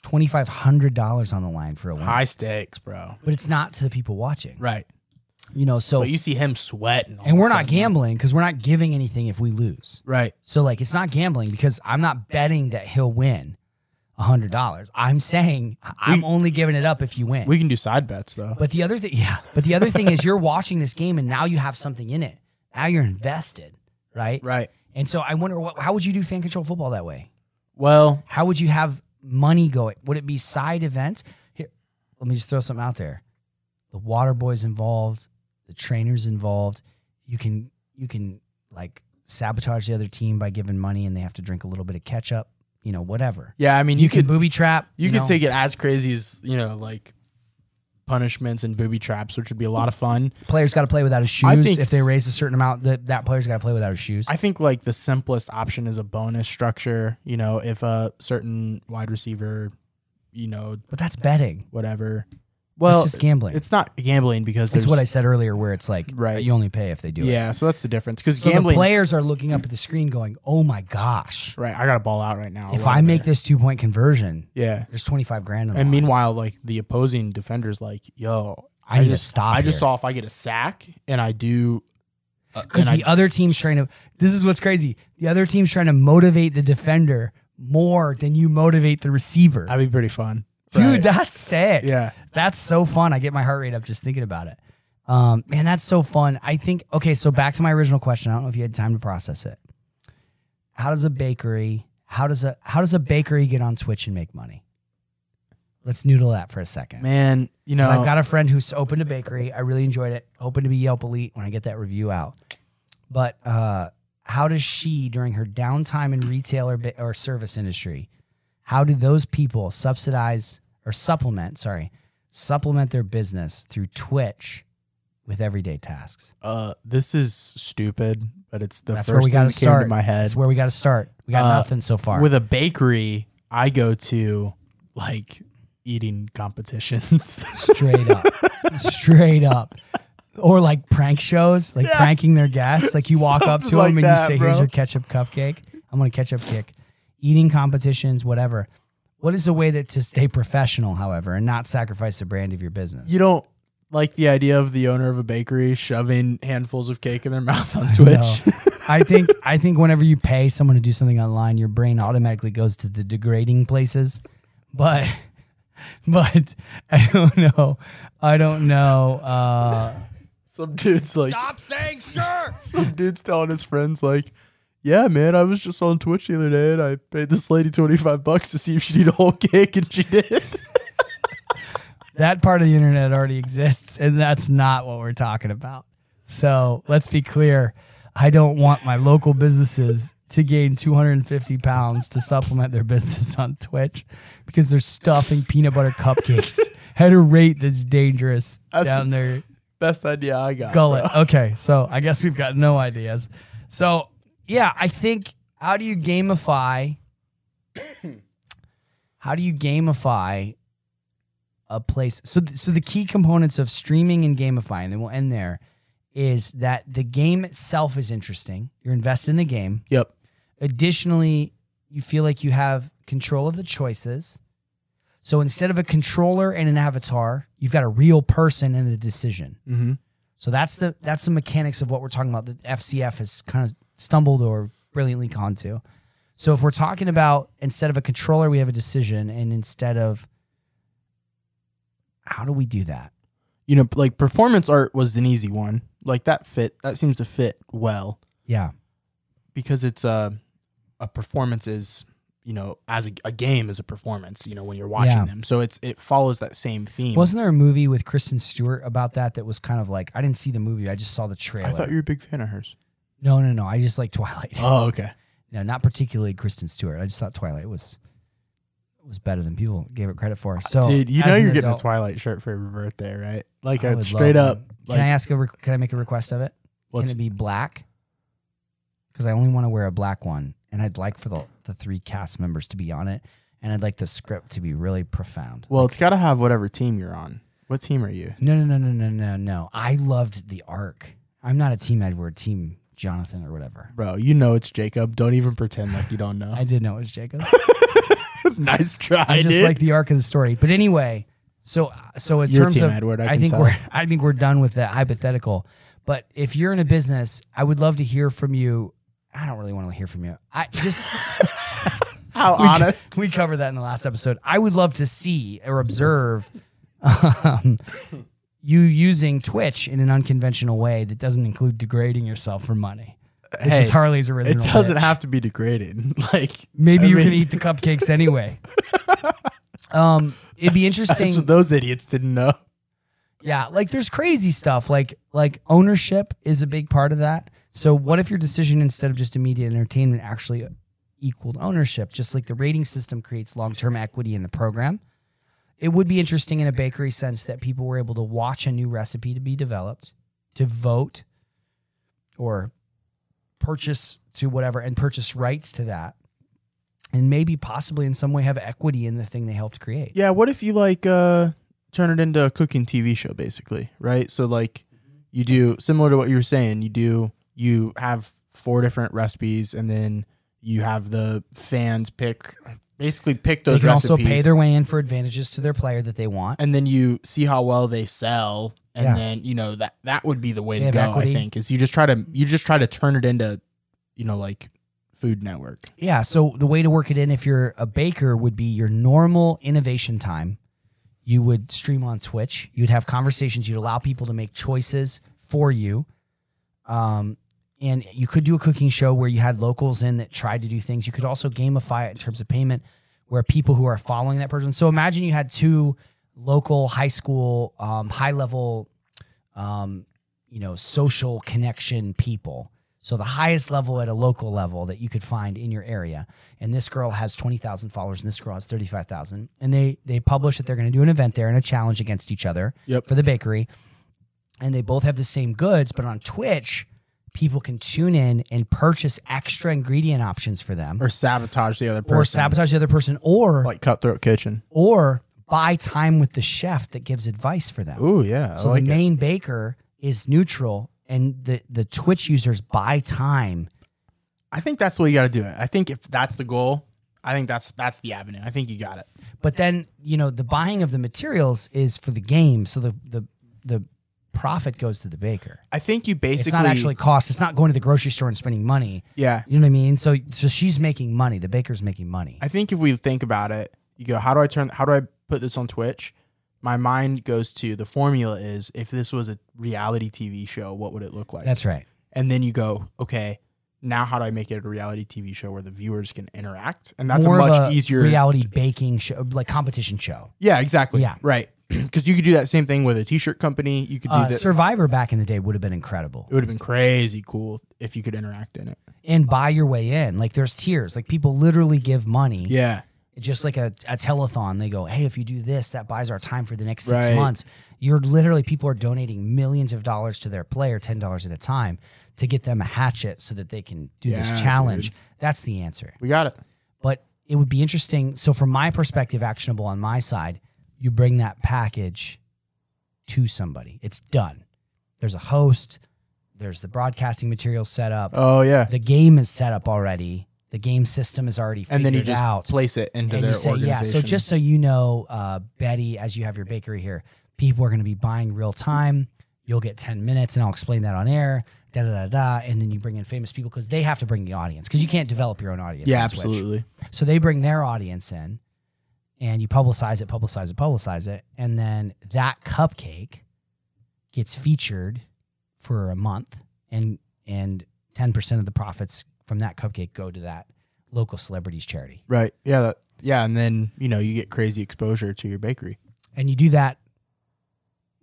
A: $2,500 on the line for a win,
C: High stakes, bro.
A: but it's not to the people watching,
C: Right.
A: you know, so,
C: But you see him sweating. all
A: and
C: of
A: we're
C: a
A: not
C: sudden.
A: gambling because we're not giving anything if we lose.
C: Right.
A: So like it's not gambling because I'm not betting that he'll win a hundred dollars. I'm saying I'm
C: We-
A: only giving it up if you win.
C: We can do side bets though.
A: but the other thing, yeah. But the other thing is you're watching this game and now you have something in it. Now you're invested, right?
C: right.
A: And so I wonder what how would you do fan control football that way?
C: Well,
A: How would you have money going? Would it be side events? Here, let me just throw something out there. The water boys involved, the trainers involved. You can you can like sabotage the other team by giving money and they have to drink a little bit of ketchup, you know, whatever.
C: yeah, I mean
A: You,
C: you,
A: can
C: could
A: booby trap.
C: you, could
A: know.
C: take it as crazy as, you know, like punishments and booby traps, which would be a lot of fun.
A: players gotta play without his
C: I
A: shoes.
C: think
A: If they
C: s-
A: raise a certain amount, that that player's gotta play without his shoes.
C: I think like the simplest option is a bonus structure. You know, if a certain wide receiver, you know,
A: but that's betting.
C: whatever. Well,
A: it's just gambling. It's,
C: it's not gambling because there's
A: what I said earlier where it's like
C: Right.
A: you only pay if they do it.
C: yeah. So that's the difference because
A: So
C: gambling.
A: the players are looking up at the screen going, Oh my gosh.
C: right, I got to ball out right now.
A: if
C: Well,
A: I make this two point conversion,
C: yeah.
A: there's 25 grand. On the
C: And
A: line.
C: meanwhile, like the opposing defender's like, yo,
A: I
C: I,
A: need to
C: just
A: stop
C: I just
A: here.
C: saw if I get a sack and I do. uh,
A: because
C: and
A: the
C: I-
A: other team's trying to, this is what's crazy. The other team's trying to motivate the defender more than you motivate the receiver.
C: that'd be pretty fun,
A: Dude,
C: Right.
A: that's sick.
C: yeah.
A: That's so fun. I get my heart rate up just thinking about it. Um, man, that's so fun. I think, okay, so back to my original question. I don't know if you had time to process it. How does a bakery, how does a, how does a bakery get on Twitch and make money? Let's noodle that for a second.
C: Man, you know,
A: 'Cause I've got a friend who's opened a bakery. I really enjoyed it. Hoping to be Yelp Elite when I get that review out. But uh, how does she, during her downtime in retail or, ba- or service industry, how do those people subsidize or supplement, sorry, supplement their business through Twitch with everyday tasks?
C: uh, this is stupid, but it's the
A: That's where
C: first
A: we
C: thing
A: got to
C: that came
A: start.
C: to my head.
A: That's where we got to start. We got
C: Uh,
A: nothing so far.
C: With a bakery, I go to like eating competitions.
A: straight up, straight up, or like prank shows, like pranking their guests. Like you walk up to
C: Something
A: them and
C: like that,
A: you say,
C: bro.
A: "Here's your ketchup cupcake." I'm gonna ketchup kick. Eating competitions, whatever. What is a way that to stay professional, however, and not sacrifice the brand of your business?
C: you don't like the idea of the owner of a bakery shoving handfuls of cake in their mouth on
A: No.
C: Twitch.
A: I think I think whenever you pay someone to do something online, your brain automatically goes to the degrading places. But but I don't know. I don't know. Uh
C: Some dude's like,
D: Stop saying sure!
C: some dude's telling his friends like, "Yeah, man, I was just on Twitch the other day, and I paid this lady twenty five bucks to see if she'd eat a whole cake, and she did."
A: that part of the internet already exists, and that's not what we're talking about. So let's be clear. I don't want my local businesses to gain 250 pounds to supplement their business on Twitch because they're stuffing peanut butter cupcakes at a rate that's dangerous
C: That's-
A: down their
C: Best idea I got.
A: gullet. Okay, so I guess we've got no ideas. So yeah, I think how do you gamify? how do you gamify a place? So th- so the key components of streaming and gamifying, then we'll end there, is that the game itself is interesting. You're invested in the game.
C: Yep.
A: Additionally, you feel like you have control of the choices. So instead of a controller and an avatar, you've got a real person and a decision.
C: Mhm.
A: So that's the that's the mechanics of what we're talking about that FCF has kind of stumbled or brilliantly gone to. So if we're talking about instead of a controller, we have a decision, and instead of how do we do that?
C: You know, like performance art was an easy one. Like that fit. That seems to fit well
A: Yeah,
C: because it's a a performance is you know as a, a game is a performance. You know when you're watching
A: Yeah.
C: them, so it's it follows that same theme.
A: wasn't there a movie with Kristen Stewart about that? That was kind of like I didn't see the movie, I just saw the trailer.
C: I thought you were a big fan of hers.
A: no, no, no, I just like Twilight.
C: Oh, okay.
A: No, not particularly Kristen Stewart. I just thought Twilight was was better than people gave it credit for. So,
C: Uh, Dude, you
A: as
C: know
A: an
C: you're getting
A: adult,
C: a Twilight shirt for your birthday, right? Like
A: I
C: a
A: would
C: straight
A: love
C: up.
A: one.
C: Like,
A: can I ask a? re- Can I make a request of it?
C: what's-
A: can it be black? Because I only want to wear a black one, and I'd like for the the three cast members to be on it, and I'd like the script to be really profound.
C: Well, it's got to have whatever team you're on. What team are you?
A: No, no, no, no, no, no, no. I loved the arc. I'm not a team Edward, team Jonathan or whatever.
C: Bro, you know it's Jacob. Don't even pretend like you don't know.
A: I did know it was Jacob.
C: nice try,
A: I just
C: dude.
A: like the arc of the story. But anyway, so so in
C: Your
A: terms
C: team,
A: of
C: Edward, I
A: I,
C: can
A: think
C: tell.
A: we're I think we're done with that hypothetical. But if you're in a business, I would love to hear from you. I don't really want to hear from you. I just
C: How
A: we,
C: honest.
A: We covered that in the last episode. I would love to see or observe um, you using Twitch in an unconventional way that doesn't include degrading yourself for money. Which
C: Hey,
A: is Harley's
C: It
A: original.
C: doesn't
A: pitch.
C: have to be degrading. Like
A: Maybe
C: I
A: you can
C: mean,
A: eat the cupcakes anyway. um, it'd be
C: That's
A: interesting.
C: what those idiots didn't know.
A: Yeah, like there's crazy stuff. Like like ownership is a big part of that. So what if your decision instead of just immediate entertainment actually equaled ownership? Just like the rating system creates long-term equity in the program. It would be interesting in a bakery sense that people were able to watch a new recipe to be developed, to vote or purchase to whatever and purchase rights to that. And maybe possibly in some way have equity in the thing they helped create.
C: Yeah, what if you like uh turn it into a cooking TV show basically, right? So like you do similar to what you were saying, you do you have four different recipes and then you have the fans pick basically pick those
A: they can
C: recipes
A: also pay their way in for advantages to their player that they want.
C: and then you see how well they sell and
A: Yeah.
C: then you know that that would be the way
A: They
C: to
A: have
C: go
A: equity.
C: I think is you just try to you just try to turn it into you know like Food Network.
A: Yeah. So the way to work it in, if you're a baker, would be your normal innovation time. You would stream on Twitch. You'd have conversations. You'd allow people to make choices for you. Um, and you could do a cooking show where you had locals in that tried to do things. You could also gamify it in terms of payment, where people who are following that person. So imagine you had two local high school, um, high level, um, you know, social connection people. So the highest level at a local level that you could find in your area, and this girl has twenty thousand followers, and this girl has thirty five thousand, and they they publish that they're going to do an event there and a challenge against each other
C: Yep.
A: for the bakery, and they both have the same goods, but on Twitch, people can tune in and purchase extra ingredient options for them,
C: or sabotage the other person.
A: or sabotage the other person, or
C: like Cutthroat Kitchen.
A: or buy time with the chef that gives advice for them.
C: Ooh, yeah,
A: so
C: I like
A: the
C: it.
A: main baker is neutral, and the the Twitch users buy time.
C: I think that's what you got to do. It. I think if that's the goal, I think that's that's the avenue. I think you got it.
A: But then you know the buying of the materials is for the game, so the the the profit goes to the baker.
C: I think you basically
A: it's not actually cost. It's not going to the grocery store and spending money.
C: yeah.
A: You know what I mean? So so she's making money. The baker's making money.
C: I think if we think about it, you go, how do I turn? How do I put this on Twitch? My mind goes to the formula is if this was a reality TV show, what would it look like?
A: That's right.
C: and then you go, okay, now how do I make it a reality TV show where the viewers can interact? And that's
A: More
C: a
A: of
C: much easier
A: reality baking show, like competition show.
C: Yeah, exactly.
A: Yeah.
C: right. Because you could do that same thing with a T-shirt company. You could do
A: Uh,
C: that.
A: Survivor back in the day would have been incredible.
C: it would have been crazy cool if you could interact in it.
A: and buy your way in. Like there's tiers. Like people literally give money.
C: Yeah,
A: Just like a, a telethon. They go, Hey, if you do this, that buys our time for the next six
C: Right.
A: months. You're literally people are donating millions of dollars to their player, ten dollars at a time, to get them a hatchet so that they can do
C: Yeah,
A: this challenge. That's the answer.
C: we got it.
A: But it would be interesting. So from my perspective, actionable on my side, you bring that package to somebody. It's done. There's a host, there's the broadcasting material set up
C: Oh yeah,
A: the game is set up already. The game system is already figured
C: and then you just
A: out.
C: place it into
A: and
C: their
A: you say, yeah.
C: organization.
A: So just so you know, uh, Betty, as you have your bakery here, people are going to be buying real time. You'll get ten minutes, and I'll explain that on air. Da da da da. And then you bring in famous people because they have to bring the audience because you can't develop your own audience.
C: yeah,
A: on Twitch.
C: absolutely.
A: So they bring their audience in, and you publicize it, publicize it, publicize it, and then that cupcake gets featured for a month, and and ten percent of the profits from that cupcake go to that local celebrities charity.
C: Right. Yeah. That, yeah, and then you know you get crazy exposure to your bakery.
A: And you do that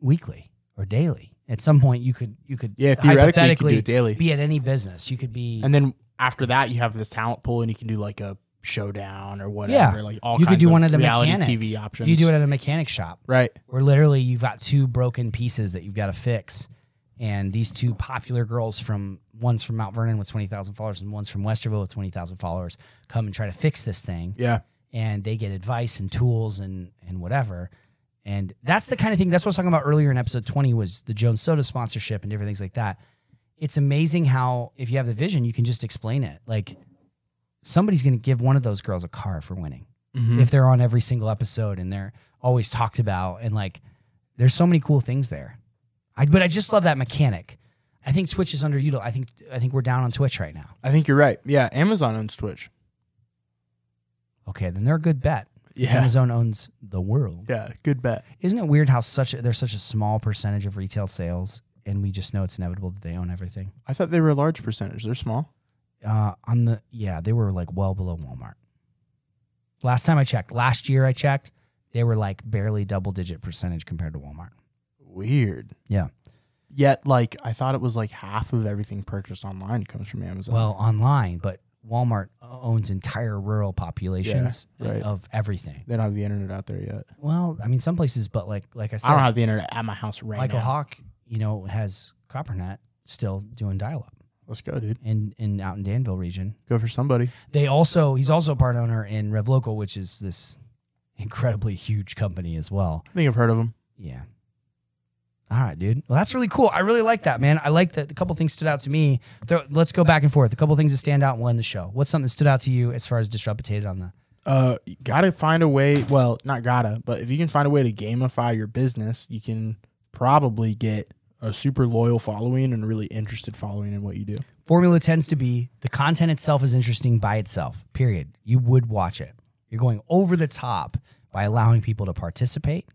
A: weekly or daily. At some point, you could you could
C: Yeah, theoretically you could do
A: hypothetically
C: it daily.
A: be at any business. You could be
C: And then after that, you have this talent pool, and you can do like a showdown or whatever.
A: Yeah.
C: Like all
A: you
C: kinds
A: could do
C: of
A: one at a
C: reality
A: mechanic.
C: TV options.
A: You do it at a mechanic shop.
C: right.
A: where literally you've got two broken pieces that you've got to fix. And these two popular girls from one's from Mount Vernon with 20,000 followers and one's from Westerville with 20,000 followers come and try to fix this thing.
C: Yeah.
A: And they get advice and tools and, and whatever. And that's the kind of thing that's what I was talking about earlier in episode 20 was the Jones Soda sponsorship and different things like that. It's amazing how if you have the vision, you can just explain it. Like somebody's going to give one of those girls a car for winning
C: Mhm.
A: if they're on every single episode and they're always talked about and like there's so many cool things there I, but i just love that mechanic i think twitch is underutilized i think i think we're down on twitch right now
C: I think you're right. Yeah, Amazon owns Twitch.
A: okay then they're a good bet
C: Yeah.
A: amazon owns the world
C: Yeah, good bet.
A: isn't it weird how such a, there's such a small percentage of retail sales and we just know it's inevitable that they own everything
C: I thought they were a large percentage. They're small.
A: uh, on the yeah they were like well below walmart last time i checked last year i checked they were like barely double digit percentage compared to walmart
C: Weird.
A: yeah
C: Yet, like, I thought it was like half of everything purchased online comes from Amazon.
A: well online, but Walmart owns entire rural populations
C: Yeah, right.
A: of everything.
C: they don't have the internet out there yet.
A: Well, I mean, some places, but like like I said,
C: I don't have the internet at my house right
A: Michael
C: now.
A: Hawk, you know, has Coppernet still doing dial up
C: Let's go, dude.
A: in in out in Danville region.
C: Go for somebody.
A: They also he's also a part owner in RevLocal, which is this incredibly huge company as well.
C: I think I've heard of them.
A: Yeah. All right, dude. Well, that's really cool. I really like that, man. I like that. A couple things stood out to me. Throw, let's go back and forth. A couple things that stand out and we'll end the show. What's something that stood out to you as far as disrupted on the
C: Uh, you gotta find a way. Well, not gotta, but if you can find a way to gamify your business, you can probably get a super loyal following and a really interested following in what you do.
A: formula tends to be the content itself is interesting by itself period you would watch it you're going over the top by allowing people to participate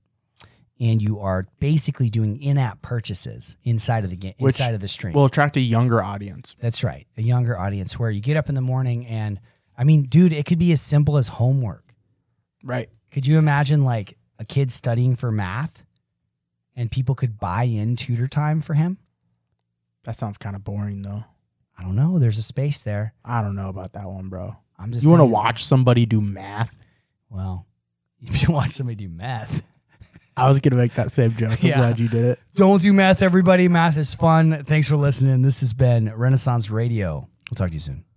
A: and you are basically doing in-app purchases inside of the game
C: Which
A: inside of the stream
C: Will attract a younger audience.
A: that's right a younger audience where you get up in the morning and i mean dude it could be as simple as homework
C: Right.
A: Could you imagine like a kid studying for math and people could buy in tutor time for him?
C: That sounds kind of boring though.
A: I don't know. There's a space there.
C: I don't know about that one, bro.
A: I'm just
C: you want to
A: saying.
C: watch somebody do math?
A: Well, you can watch somebody do math.
C: I was gonna make that same joke. I'm
A: Yeah.
C: glad you did it.
A: Don't do math, everybody. Math is fun. Thanks for listening. This has been Renaissance Radio. We'll talk to you soon.